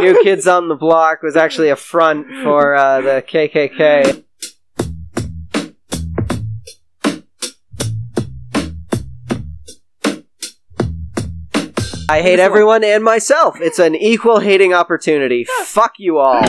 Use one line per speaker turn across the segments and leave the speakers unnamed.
New Kids on the Block was actually a front for uh, the KKK. I hate everyone and myself. It's an equal hating opportunity. Fuck you all.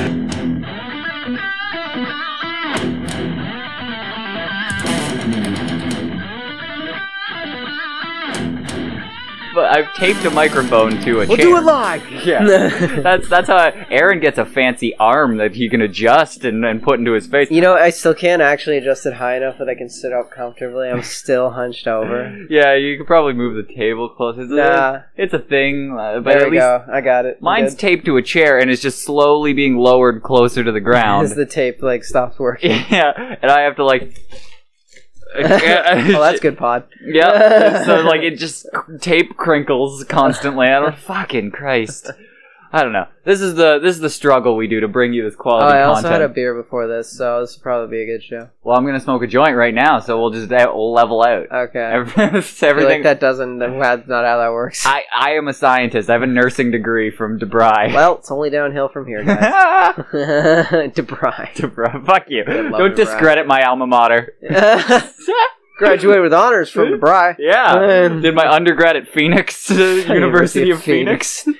But I've taped a microphone to a
We'll
chair.
do it live.
Yeah. that's that's how Aaron gets a fancy arm that he can adjust and, and put into his face.
you know, I still can't actually adjust it high enough that I can sit up comfortably. I'm still hunched over.
Yeah, you could probably move the table closer. It's a-
Nah.
It's a thing, uh, but
There
at
we
least
go. I got it. I'm
mine's
good.
taped to a chair and is just slowly being lowered closer to the
As
ground.
the tape like stops working.
yeah, and I have to like.
well, Oh, that's good pod.
Yeah. so like it just cr- tape crinkles constantly. I don't fucking Christ. I don't know. This is the this is the struggle we do to bring you this
Oh,
quality
I also
content.
had a beer before this, so this will probably be a good show.
Well, I'm gonna smoke a joint right now, so we'll just that will level out.
Okay. I
Every- it's
feel
everything.
like that doesn't. That's not how that works.
I I am a scientist. I have a nursing degree from DeBry.
well, it's only downhill from here, guys. Debray.
DeBry, fuck you!
I love
Don't
DeBry.
discredit my alma mater.
Graduated with honors from Debray.
Yeah,
Man.
did my undergrad at Phoenix University of Phoenix.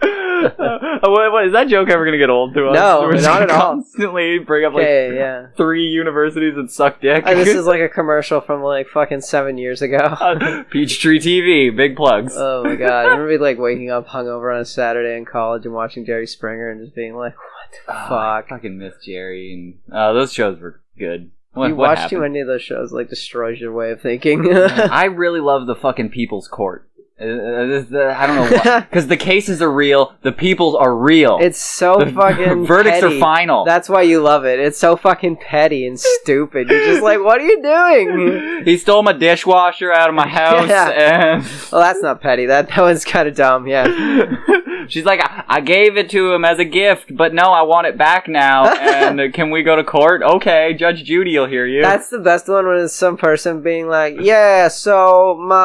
Uh, what, what is that joke ever gonna get old to us?
No,
We're just
not
gonna
at all.
Constantly bring up like
okay, yeah.
three universities that suck dick.
And this is like a commercial from like fucking seven years ago.
uh, Peachtree TV, big plugs.
Oh my god! I remember like waking up hungover on a Saturday in college and watching Jerry Springer and just being like, "What the
Ah, I
fuck?"
fucking miss Jerry and uh, those shows were good. What,
you
what
watch too
happened?
many of those shows, like destroys your way of thinking.
I really love the fucking People's Court. Uh, uh, this- uh, I don't know why, because the cases are real, the peoples are real.
it's so
the
fucking
verdicts
petty.
are final.
That's why you love it. It's so fucking petty and stupid. You're just like, "What are you doing?"
he stole my dishwasher out of my house, and
Well, that's not petty. That that one's kind of dumb. Yeah.
She's like, I-, I gave it to him as a gift, but no, I want it back now. And uh, can we go to court? Okay, Judge Judy will hear you.
That's the best one when it's some person being like, "Yeah, so my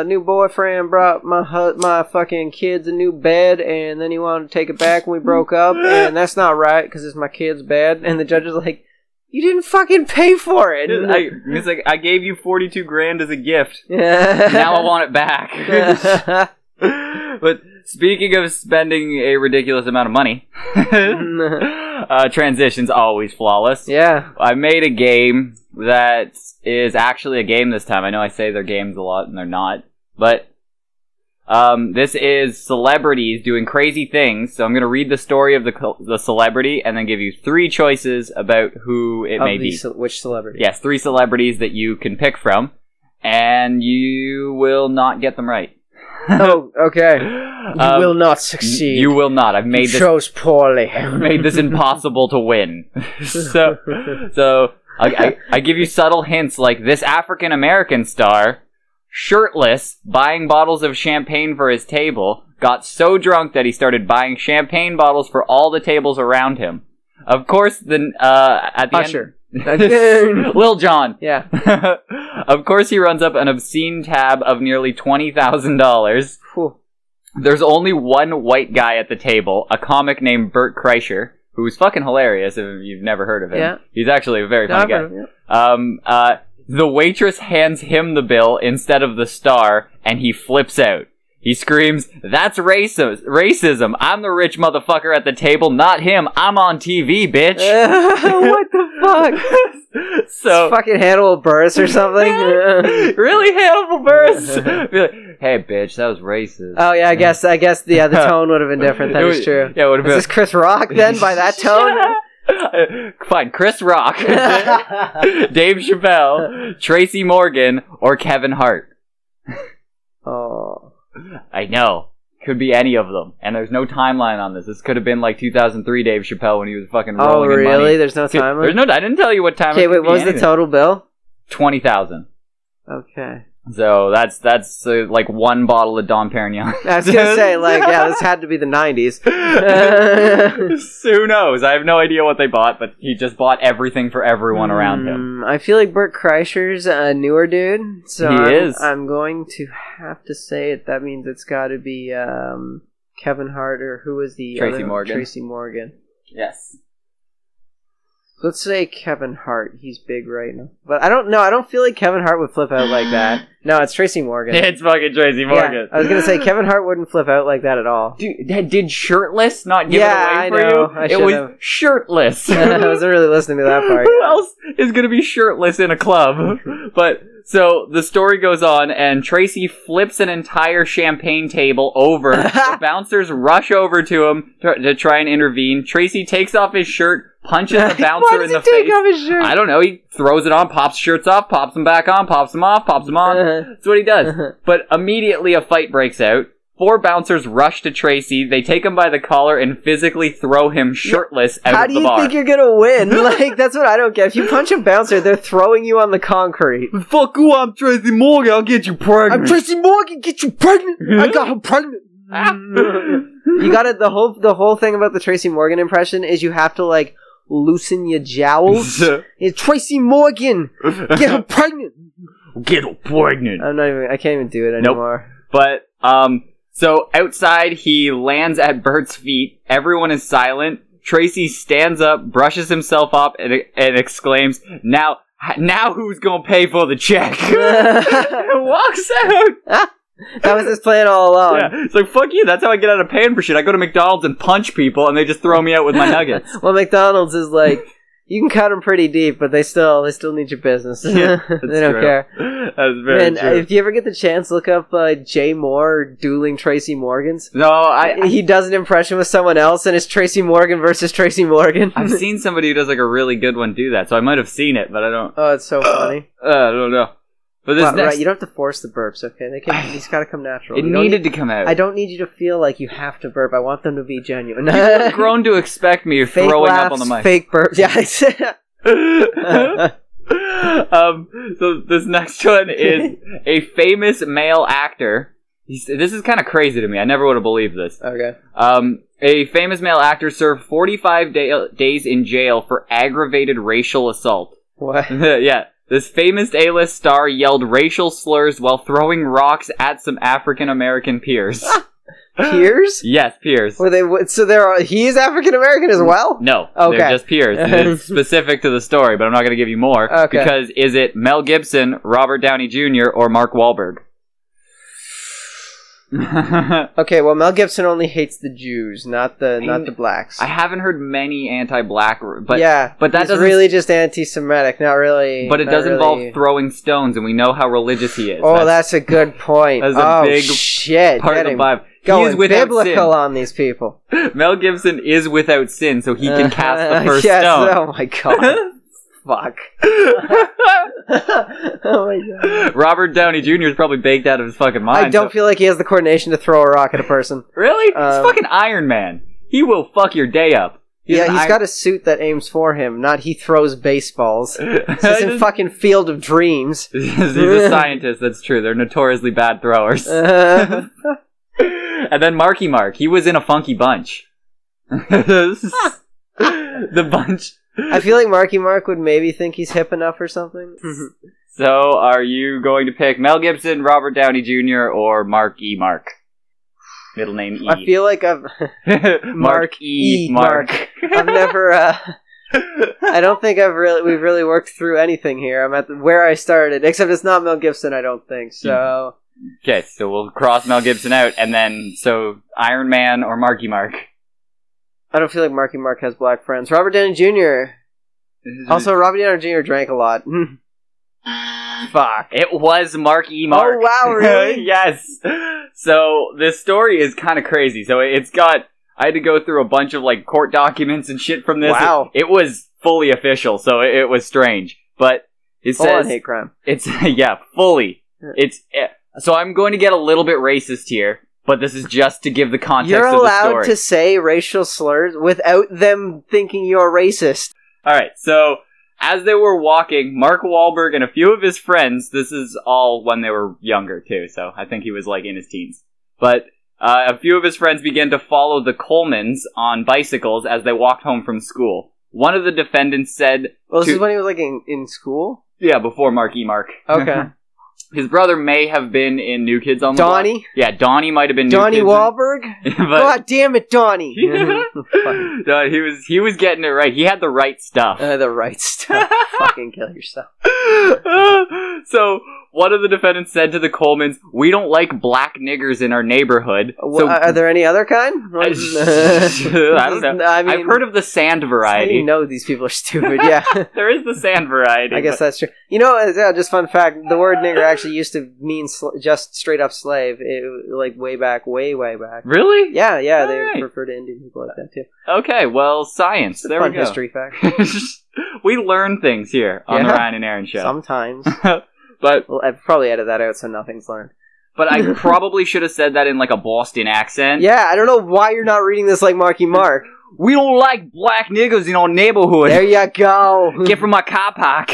uh, new boyfriend brought my hu- my fucking kids a new bed, and then he wanted to take it back when we broke up, and that's not right because it's my kid's bed." And the judge is like, "You didn't fucking pay for it."
I, it's like, I gave you 42 grand as a gift. Now I
now
want it back. but speaking of spending a ridiculous amount of money, uh, transition's always flawless.
yeah.
I made a game that is actually a game this time. I know I say they're games a lot and they're not, but um, this is celebrities doing crazy things. So I'm going to read the story of the col- the celebrity and then give you three choices about who it
Of
may
the
be.
ce- which celebrity?
yes, three celebrities that you can pick from, and you will not get them right.
Oh, okay. You
Um,
will not
y-
succeed.
You will not. I've made
you
this
chose poorly.
made this impossible to win. so, so I, I, I give you subtle hints like this African American star, shirtless, buying bottles of champagne for his table, got so drunk that he started buying champagne bottles for all the tables around him. Of course, the uh, at the
Usher.
end, Lil John.
yeah.
of course, he runs up an obscene tab of nearly twenty thousand dollars.
Whew.
There's only one white guy at the table, a comic named Bert Kreischer, who's fucking hilarious if you've never heard of him.
Yeah.
He's actually a very
No, I've
funny
heard of it.
guy. Um, uh, the waitress hands him the bill instead of the star, and he flips out. He screams, That's racism! Racism! I'm the rich motherfucker at the table, not him! I'm on TV, bitch!
what the fuck?
so.
fucking Hannibal Burris or something. oh
really, Hannibal Buress? Be like, hey, bitch, that was racist.
yeah, I guess I guess the yeah, the tone would have been Oh, different. That
It
is
would-
true.
Yeah, it would have
Is
been.
this Chris Rock then by that tone?
Fine, Chris Rock, Dave Chappelle, Tracy Morgan, or Kevin Hart.
oh.
I know. Could be any of them. And there's no timeline on this. This could have been like 2003 Dave Chappelle when he was fucking
Oh
rolling in money.
really? There's no
Dude,
time
There's
limit.
no I didn't tell you what time
Okay, wait, what was the
time?
total bill?
20,000.
Okay.
So that's that's uh, like one bottle of Dom Perignon.
I was gonna say, like, yeah, this had to be the nineties.
Who knows? I have no idea what they bought, but he just bought everything for
Hmm.
everyone around him.
Mm, I feel like Bert Kreischer's a newer dude, so
He
I'm,
is.
I'm going to have to say it. That means it's got to be um, Kevin Hart or who is the
Tracy
other-
Morgan.
Tracy Morgan.
Yes.
Let's say Kevin Hart. He's big right now, but I don't know. I don't feel like Kevin Hart would flip out like that. No, it's Tracy Morgan.
It's fucking Tracy
Yeah,
Morgan.
I was gonna say Kevin Hart wouldn't flip out like that at all.
Dude, that did shirtless not give
Yeah, I
it away for
know.
you?
I
it was
should've.
shirtless.
I wasn't really listening to that part.
Who else is going to be shirtless in a club? But so the story goes on, and Tracy flips an entire champagne table over. the bouncers rush over to him to, to try and intervene. Tracy takes off his shirt, punches the
Why
bouncer
does
in the
he take
face.
off his shirt?
I don't know. He throws it on, pops shirts off, pops them back on, pops them off, pops them on.
Uh-huh.
That's what he does.
Uh-huh.
But immediately a fight breaks out. Four bouncers rush to Tracy. They take him by the collar and physically throw him shirtless out
How
of
do
the
you
bar.
think you're gonna win? Like that's what I don't get. If you punch a bouncer, they're throwing you on the concrete.
Fuck you, I'm Tracy Morgan. I'll get you pregnant.
Tracy Morgan. Get you pregnant.
I
got her pregnant. You got it. The whole the whole thing about the Tracy Morgan impression is you have to like loosen your jowls. It's Tracy Morgan. Get her pregnant.
get her pregnant.
I'm not even. I can't even do it
Nope.
anymore.
But um, so outside he lands at Bert's feet. Everyone is silent. Tracy stands up, brushes himself up, and, and exclaims, "Now, now who's gonna pay for the check?" and walks out.
that was his plan all along.
Yeah, it's like fuck you. That's how I get out of paying for shit. I go to McDonald's and punch people, and they just throw me out with my nuggets.
Well, McDonald's is like you can cut them pretty deep, but they still they still need your business.
Yeah,
they don't
true.
care.
That's very
And
true.
if you ever get the chance, look up uh, Jay Moore dueling Tracy Morgans.
no, I,
He does an impression with someone else, and it's Tracy Morgan versus Tracy Morgan.
I've seen somebody who does like a really good one do that, so I might have seen it, but I don't.
oh, it's so funny.
Uh, I don't know. But this
Wow,
next,
right, you don't have to force the burps, okay? They can, it's got to come natural.
it
You don't
needed
need-
to come out.
I don't need you to feel like you have to burp. I want them to be genuine.
You've grown to expect me
fake
throwing
laughs,
up on the mic.
fake burps. Yeah.
um, so this next one is a famous male actor. He's, this is kind of crazy to me. I never would have believed this.
okay.
Um, a famous male actor served 45 day- days in jail for aggravated racial assault.
What?
yeah. This famous A-list star yelled racial slurs while throwing rocks at some African American peers.
Peers?
yes, peers.
Were they? what- So there are. He is African American as well.
No,
Okay.
they're just peers. And it's specific to the story, but I'm not going to give you more
Okay.
because is it Mel Gibson, Robert Downey Jr., or Mark Wahlberg? I
Okay. Well, Mel Gibson only hates the Jews, not the not the blacks.
haven't heard many anti-black, r- but
yeah,
but that
he's
doesn't-
really just anti-Semitic. Not really.
but it
not
does
really-
involve throwing stones, and we know how religious he is.
Oh, that's, a good point.
that's a
oh
big
shit!
part
get
of the
him
Bible. He
Going
is without
biblical on these people.
sin. Mel Gibson is without sin, so he can cast
Uh,
the first
yes,
stone.
Oh my god! Fuck! oh my god!
Robert Downey Jr. is probably baked out of his fucking mind.
I don't
so-
feel like he has the coordination to throw a rock at a person.
Really?
Um,
He's fucking Iron Man. He will fuck your day up.
yeah,
an
he's
iron-
got a suit that aims for him, not he throws baseballs. This
I
isn't
just-
fucking Field of Dreams.
He's a scientist. That's true. They're notoriously bad throwers.
Uh,
and then Marky Mark. He was in a funky bunch. the bunch.
I feel like Marky Mark would maybe think he's hip enough or something.
So, are you going to pick Mel Gibson, Robert Downey Jr., or Mark E. Mark? Middle name E.
I feel like I've
Mark,
Mark
E.
E.
Mark.
I've never uh, I don't think I've really we've really worked through anything here. I'm at the, where I started, except it's not Mel Gibson. I don't think so.
Mm-hmm. Okay, so we'll cross Mel Gibson out, and then so Iron Man or Marky Mark.
I don't feel like Marky Mark has black friends. Robert Downey Jr. Also, Robert Downey Jr. drank a lot.
Fuck. It was Mark E. Mark.
Oh wow, really?
yes. So this story is kind of crazy. So it's got. I had to go through a bunch of like court documents and shit from this.
Wow.
It, it was fully official, so it, it was strange. But it
Hold on,
says
hate crime.
it's yeah, fully.
Yeah.
It's eh, so I'm going to get a little bit racist here, but this is just to give the context.
You're
of the
allowed
story.
to say racial slurs without them thinking you're racist.
All right, so as they were walking, Mark Wahlberg and a few of his friends, this is all when they were younger too, so I think he was like in his teens. But uh, a few of his friends began to follow the Colemans on bicycles as they walked home from school. One of the defendants said,
Well, this
To-
is when he was like in, in school.
Yeah, before Mark E. Mark.
Okay.
His brother may have been in New Kids on the Block.
Donnie?
Yeah, Donnie might have been
Donnie
New Kids on-
Wahlberg?
but
God damn it, Donnie! Fucking-
no, he was he was getting it right. He had the right stuff.
uh, the right stuff. Fucking kill yourself.
so one of the defendants said to the Colemans, "We don't like black niggers in our neighborhood."
Wha- are there any other kind?
I don't know.
I mean,
I've heard of the sand
You
variety.
know these people are stupid. Yeah,
There is the sand variety.
I guess
but-
that's true. You know, uh, yeah, just fun fact: the word "nigger" actually used to mean sl- just straight up slave, it, like way back, way way back.
really?
Yeah, yeah, they
Alright.
refer to Indian people like that too.
Okay. Well, science. There
fun
we go.
history fact.
we learn things here on the
Yeah.
Ryan and Aaron show.
Sometimes,
but
well, I probably edit that out so nothing's learned.
but I probably should have said that in like a Boston accent.
Yeah, I don't know why you're not reading this like Marky Mark.
We don't like black niggas in our neighborhood.
There you go.
Get from my car park.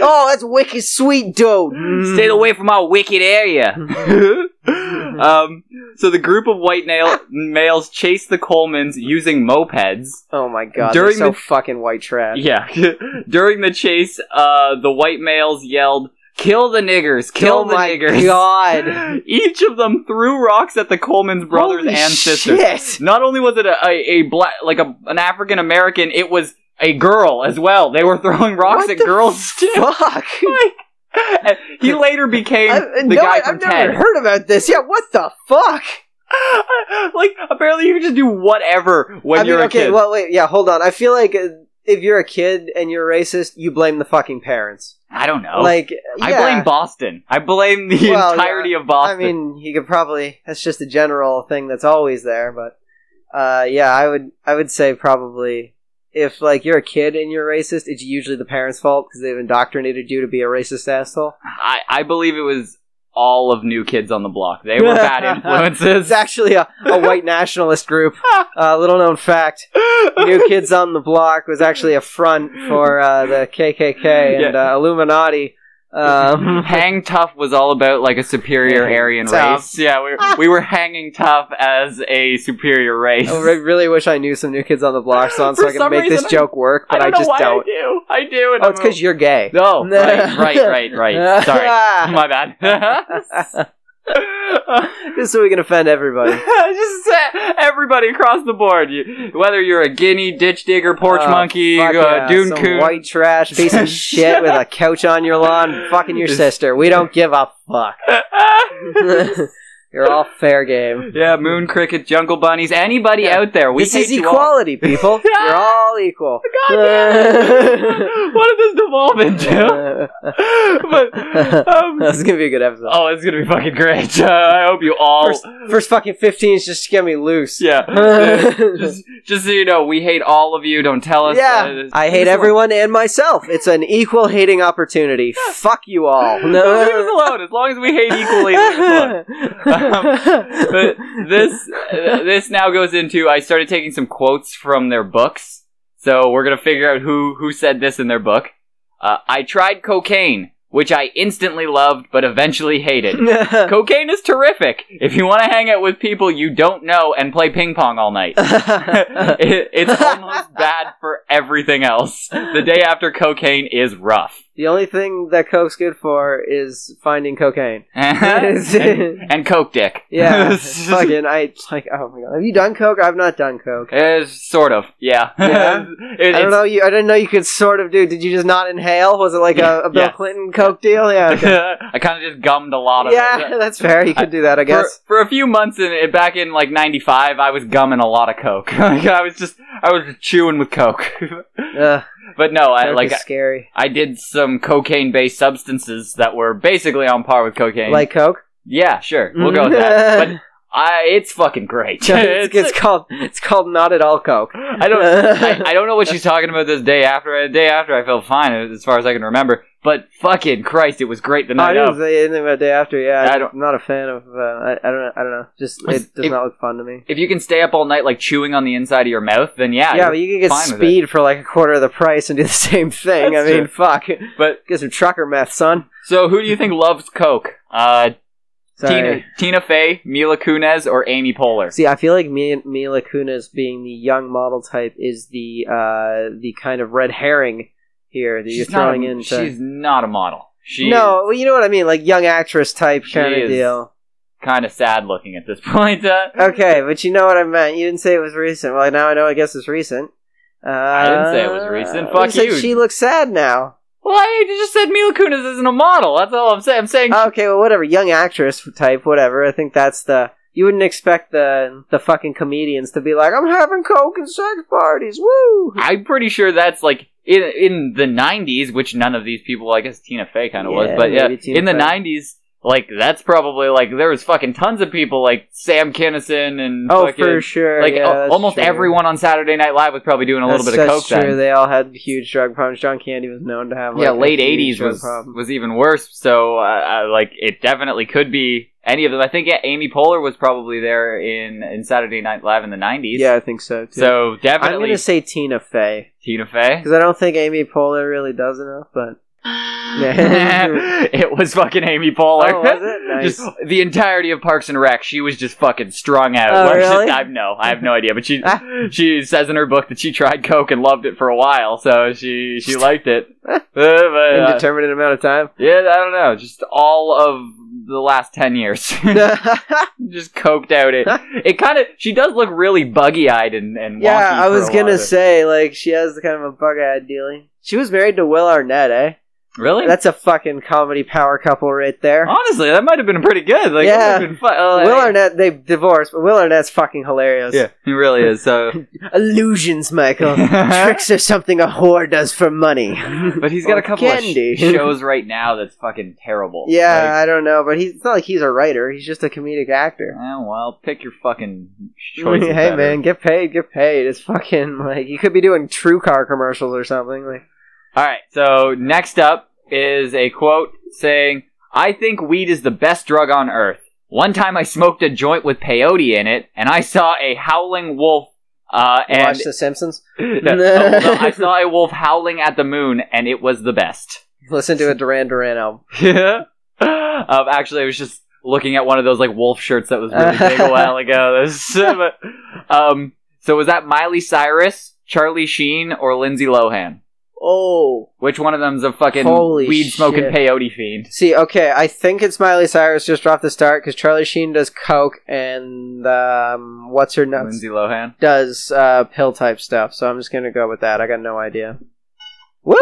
oh, that's wicked sweet, dude.
Stay away from our wicked area. um, so the group of white nail- males chased the Colemans using mopeds.
Oh my god, During
During
so
the-
fucking white trash.
Yeah. During the chase, uh, the white males yelled, "Kill the niggers! Kill
oh
the
my
niggers!"
god.
Each of them threw rocks at the Colemans brothers
Holy
and sisters.
shit.
Not only was it a, a, a black, like a, an African American, it was a girl as well. They were throwing rocks
What
at
the
girls too.
Fuck.
And he later became
I, uh,
the
no,
guy
I-
from
I've never
Ted.
heard about this. Yeah, what the fuck?
like apparently you can just do whatever when
I mean,
you're a
okay,
kid.
well, wait, yeah, hold on. I feel like uh, if you're a kid and you're racist, you blame the fucking parents.
I don't know.
Like,
I
yeah,
blame Boston. I blame the
Well,
entirety of
I
Boston.
mean, he could probably. That's just a general thing that's always there, but uh, yeah, I would, I would say probably if like you're a kid and you're racist, it's usually the parents' fault because they've indoctrinated you to be a racist asshole.
I, I believe it was all of New Kids on the Block. They were bad influences.
It's actually a, a white nationalist group. Uh, little known fact: New Kids on the Block was actually a front for uh, the KKK and uh, Illuminati. Um,
Hang Tough was all about like a superior
Hang
Aryan
Tough.
race. Yeah, we, we were hanging tough as a superior race.
I re- really wish I knew some New Kids on the Block songs so
For
I could
some
make this
reason, I-
joke work, but I,
know
just
why
don't.
I do. I do. And
Oh, it's because you're gay.
No, right, right, right, right. Sorry, my bad.
Just so we can offend everybody.
Just uh, everybody across the board. You, whether you're a guinea, ditch digger, porch
Oh,
monkey,
Fuck
uh,
yeah,
dune
some
coon,
white trash piece of shit with a couch on your lawn, fucking your sister. We don't give a fuck. You're all fair game.
yeah, moon cricket, jungle bunnies, anybody
Yeah.
out there. We
this
hate
is
you all.
equality, people. You're all equal.
what did this devolve into? but, um,
this is gonna be a good episode.
oh, it's gonna be fucking great. Uh, I hope you all.
First, first fucking 15 is just gonna be loose.
yeah. just, just so you know, we hate all of you. Don't tell us.
yeah,
uh,
I hate
leave us alone.
everyone and myself. It's an equal hating opportunity. Fuck you all.
Leave us alone. As long as we hate equally, leave us alone. but this uh, this now goes into I started taking some quotes from their books. So we're gonna figure out who who said this in their book. Uh, I tried cocaine, which I instantly loved, but eventually hated. cocaine is terrific if you want to hang out with people you don't know and play ping pong all night. it, it's almost bad for everything else. The day after cocaine is rough.
the only thing that coke's good for is finding cocaine.
and, and coke dick.
Yeah, fucking. I like. Oh my god, have you done coke? I've not done coke.
Uh, sort of, yeah.
Yeah.
It-
I don't
it's-
know. You, I didn't know you could sort of do. Did you just not inhale? Was it like a, a Bill
Yeah.
Clinton coke deal? Yeah. okay.
I kind of just gummed a lot of it.
Yeah, that's fair. You could do that, I
For,
guess.
for a few months in it, back in like '95, I was gumming a lot of coke. Like, I was just, I was just chewing with coke.
Ugh,
but no, I
coke
like,
is scary.
I did some cocaine-based substances that were basically on par with cocaine.
Like coke.
yeah, sure, we'll go with that. But I, it's fucking great.
it's, it's called. It's called not at all coke.
I don't. I, I don't know what she's talking about this day after. The day after, I felt fine uh, as far as I can remember. But fucking Christ, it was great the
I
night
didn't
of.
say anything about day after. Yeah,
I
I
don't-
am not a fan of. Uh, I, I don't. I don't know. Just
It's-
it does
it-
not look fun to me.
If you can stay up all night like chewing on the inside of your mouth, then yeah.
Yeah, but you can get
fine with
speed for like a quarter of the price and do the same thing.
That's
I mean, fuck.
But-
get some trucker meth, son.
so who do you think loves coke? Uh, Tina
Sorry.
Tina Fey, Mila Kunis, or Amy Poehler?
See, I feel like Mi- Mila Kunis being the young model type is the uh, the kind of red herring here that you're
not.
throwing
a,
in. to-
She's not a model. She
no, well, you know what I mean, like young actress type
She
kind of
is-
deal.
kind of sad looking at this point. Uh,
Okay, but you know what I meant. You didn't say it was recent. Well, now I know. I guess it's recent. Uh, I
didn't say it was recent. Fuck
said
you.
She looks sad now.
well, I just said Mila Kunis isn't a model. That's all I'm saying. I'm saying
Okay, well, whatever. Young actress type, whatever. I think that's the. You wouldn't expect the the fucking comedians to be like, "I'm having coke and sex parties." Woo!
I'm pretty sure that's like in in the '90s, which none of these people, I guess Tina Fey kind of was,
Yeah,
but yeah,
maybe Tina
in the
Fey.
'90s, like that's probably like there was fucking tons of people like Sam Kinison and
Oh,
fucking,
for sure.
like
yeah,
al-
that's
almost
true.
everyone on Saturday Night Live was probably doing a little
That's-
bit of
that's
coke
True,
then.
they all had huge drug problems. John Candy was known to have like, a
yeah, late
huge
'80s
drug
was
problem.
was even worse. So uh, I, like it definitely could be any of them. I think yeah, Amy Poehler was probably there in in Saturday Night Live in the '90s.
Yeah, I think so too.
So
I'm
definitely
gonna say Tina Fey
Tina Fey.
because I don't think Amy Poehler really does enough, but
it was fucking Amy Poehler.
Oh, was it? Nice.
Just the entirety of Parks and Rec, she was just fucking strung out.
Oh,
Like, she-
really? Ah.
I no, I have no idea. But she she says in her book that she tried coke and loved it for a while, so she she liked it. Uh, but, uh,
indeterminate amount of time.
yeah, I don't know. Just all of the last ten years, just coked out. It it kind of she does look really buggy eyed and and
yeah,
wonky
I
for
was
a lot
gonna
of it.
say like she has the kind of a bug-eyed dealing. She was married to Will Arnett, eh?
really.
That's a fucking comedy power couple right there.
Honestly, that might have been pretty good. Like,
Yeah.
that might have been fun. Uh,
Will Arnett, they divorced, but Will Arnett's fucking hilarious.
Yeah, he really is. So,
Illusions, Michael. Tricks are something a whore does for money.
but he's got a
Or
couple of
Oh, candy.
sh- shows right now that's fucking terrible.
Yeah,
Like,
I don't know, but he's it's not like he's a writer. He's just a comedic actor.
eh, well, pick your fucking choices.
hey
better.
man, get paid, get paid. It's fucking like you could be doing True Car commercials or something. Like
All right. So next up is a quote saying, "I think weed is the best drug on earth." One time, I smoked a joint with peyote in it, and I saw a howling wolf. Uh, and
watch The Simpsons,
No, no, no, I saw a wolf howling at the moon, and it was the best.
listen to a Duran Duran album.
Yeah. Um, actually, I was just looking at one of those like wolf shirts that was really big a while ago. This, um, so was that Miley Cyrus, Charlie Sheen, or Lindsay Lohan?
Oh,
Which one of them's a fucking
Holy
weed smoking
shit.
peyote fiend?
see, okay, I think it's Miley Cyrus just off the start because Charlie Sheen does coke and um, what's her nuts
Lindsay Lohan.
does uh, pill type stuff. So I'm just gonna go with that. I got no idea. Woo!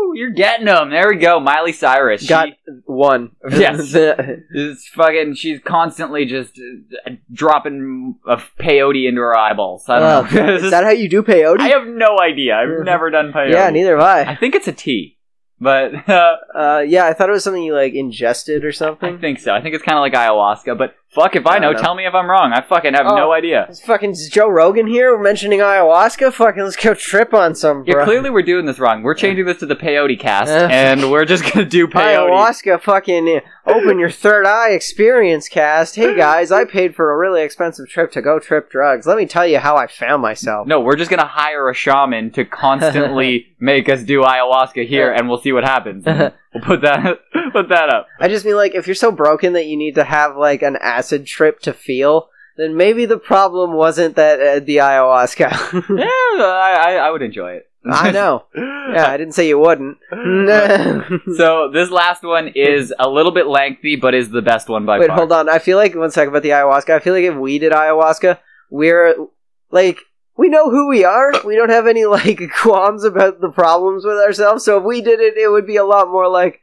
Ooh, You're getting them. There we go. Miley Cyrus. She
Got one.
Yes. is fucking. She's constantly just uh, dropping of peyote into her eyeballs. I
Well,
don't know.
Is that how you do peyote?
I have no idea. I've never done peyote.
yeah, neither have I.
I think it's a tea, but. Uh,
Uh, yeah, I thought it was something you like ingested or
I
something.
think so. I think it's kind of like ayahuasca, but fuck if I
I
know.
don't know.
Tell me if I'm wrong. I fucking have
Oh.
no idea.
It's fucking is Joe Rogan here We're mentioning ayahuasca. Fucking let's go trip on some
Yeah,
bro.
clearly we're doing this wrong. We're changing this to the peyote cast,
Uh.
and we're just gonna do peyote.
Ayahuasca, fucking uh, open your third eye experience cast. Hey guys, I paid for a really expensive trip to go trip drugs. Let me tell you how I found myself.
No, we're just gonna hire a shaman to constantly make us do ayahuasca here, and we'll see what happens. we'll put that put that up.
I just mean like if you're so broken that you need to have like an acid trip to feel, then maybe the problem wasn't that uh, the
Yeah,
ayahuasca.
I, I, I would enjoy it.
I know. Yeah, I didn't say you wouldn't.
So this last one is a little bit lengthy, but is the best one by
Wait,
far.
hold on. I feel like one second about the ayahuasca. I feel like if we did ayahuasca, we're like we know who we are.
Uh.
We don't have any like qualms about the problems with ourselves. So if we did it, it would be a lot more like,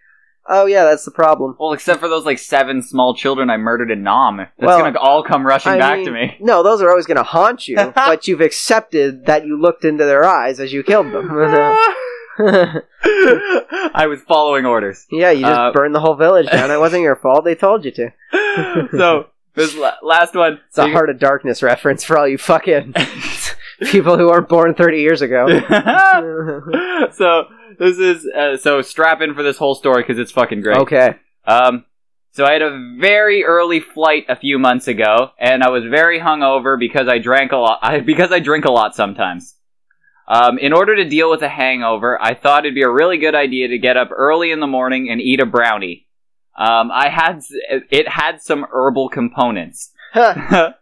oh yeah, that's the problem.
Well, except for those like seven small children I murdered in Nam. That's
Well,
gonna all come rushing
I
back
mean,
to me.
No, those are always going to haunt you, but you've accepted that you looked into their eyes as you killed them.
I was following orders.
yeah, you just
Uh,
burned the whole village down. It wasn't your fault. They told you to.
So this la- last one.
It's a Heart of Darkness reference for all you fucking people who weren't born 30 years ago.
so this is uh, so strap in for this whole story because it's fucking great.
Okay.
Um, so I had a very early flight a few months ago, and I was very hungover because I drank a lot. I, because I drink a lot sometimes. Um, in order to deal with a hangover, I thought it'd be a really good idea to get up early in the morning and eat a brownie. Um, I had it had some herbal components.
Huh.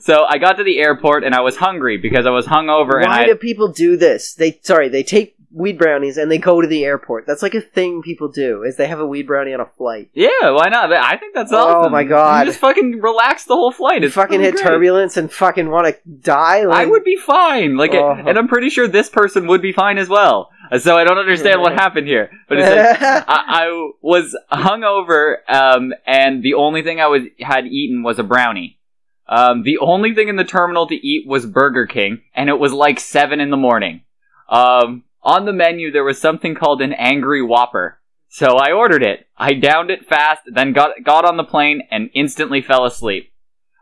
so I got to the airport and I was hungry because I was hungover and
Why
I
do people do this? They sorry, they take weed brownies and they go to the airport. That's like a thing people do. Is they have a weed brownie on a flight.
Yeah, why not? I think that's
Oh
awesome.
my God.
You just fucking relax the whole flight.
You
It's
fucking hit
great.
turbulence and fucking want to die. Like,
I would be fine. Like,
Oh.
and I'm pretty sure this person would be fine as well. So I don't understand what happened here. But it's like, I, I was hungover, um, and the only thing I was had eaten was a brownie. Um, the only thing in the terminal to eat was Burger King, and it was like seven in the morning. Um, on the menu there was something called an Angry Whopper, so I ordered it. I downed it fast, then got got on the plane and instantly fell asleep.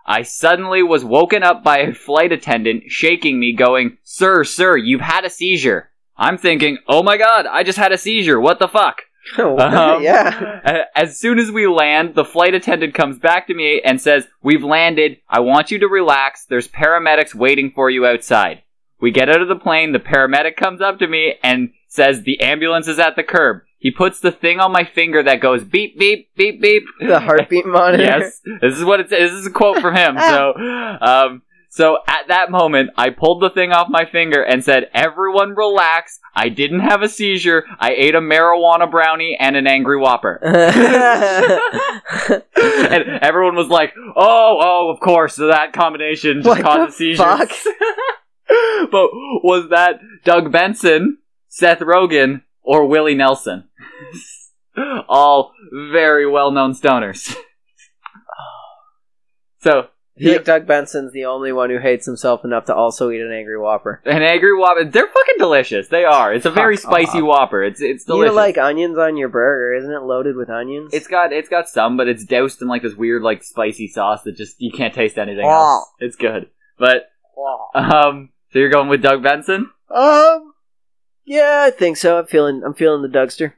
I suddenly was woken up by a flight attendant shaking me, going, "Sir, sir, you've had a seizure." I'm thinking, "Oh my god, I just had a seizure. What the fuck?" Um,
yeah.
a- As soon as we land, the flight attendant comes back to me and says, We've landed. I want you to relax. There's paramedics waiting for you outside. We get out of the plane. The paramedic comes up to me and says, The ambulance is at the curb. He puts the thing on my finger that goes beep, beep, beep, beep.
The heartbeat monitor.
yes. This is what it's, this is a quote from him. So, um, so at that moment, I pulled the thing off my finger and said, everyone relax. I didn't have a seizure. I ate a marijuana brownie and an angry whopper and everyone was like, "Oh, oh, of course, so that combination just
What
caused
the
a seizure."
fuck?
but was that Doug Benson, Seth Rogen, or Willie Nelson? All very well-known stoners. so
I feel like Doug Benson's the only one who hates himself enough to also eat an angry Whopper.
an angry whopper, they're fucking delicious. They are. It's a very
Fuck off.
spicy whopper. It's it's
Do you
delicious.
like onions on your burger? Isn't it loaded with onions?
It's got it's got some, but it's doused in like this weird like spicy sauce that just you can't taste anything
Oh.
else. It's good, but um, so you're going with Doug Benson?
um, yeah, I think so. I'm feeling, I'm feeling the Dougster.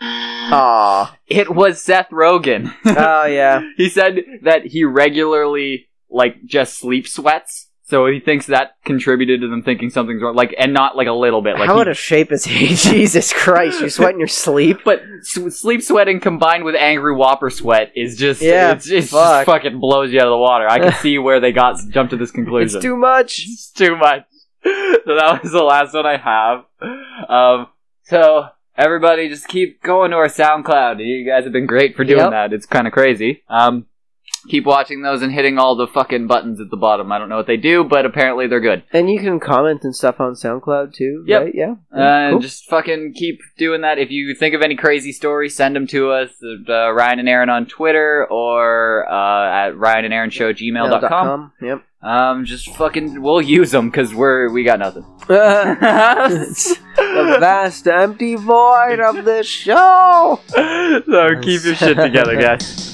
Aw.
It was Seth Rogen.
oh yeah.
he said that he regularly like just sleep sweats, so he thinks that contributed to them thinking something's wrong, like and not like a little bit, like
How
he-
out of shape is he? Jesus Christ! You sweat in your sleep.
but s- sleep sweating combined with angry whopper sweat is just
Yeah,
it's, it's
fuck.
just fucking blows you out of the water. I can see where they got jumped to this conclusion.
It's too much.
It's too much. So that was the last one I have. Um, so everybody, just keep going to our SoundCloud. You guys have been great for doing
Yep.
that. It's kind of crazy. Um, keep watching those and hitting all the fucking buttons at the bottom. I don't know what they do, but apparently they're good.
And you can comment and stuff on SoundCloud too.
Yep. Uh,
Right? Yeah.
And
Mm, Cool.
just fucking keep doing that. If you think of any crazy stories, send them to us. Uh, Ryan and Aaron on Twitter or uh, at Ryan and Aaron Show gmail.com.
Mail.com. Yep.
Um, just fucking, we'll use them because we're we got nothing.
the vast empty void of this show.
so keep your shit together, guys.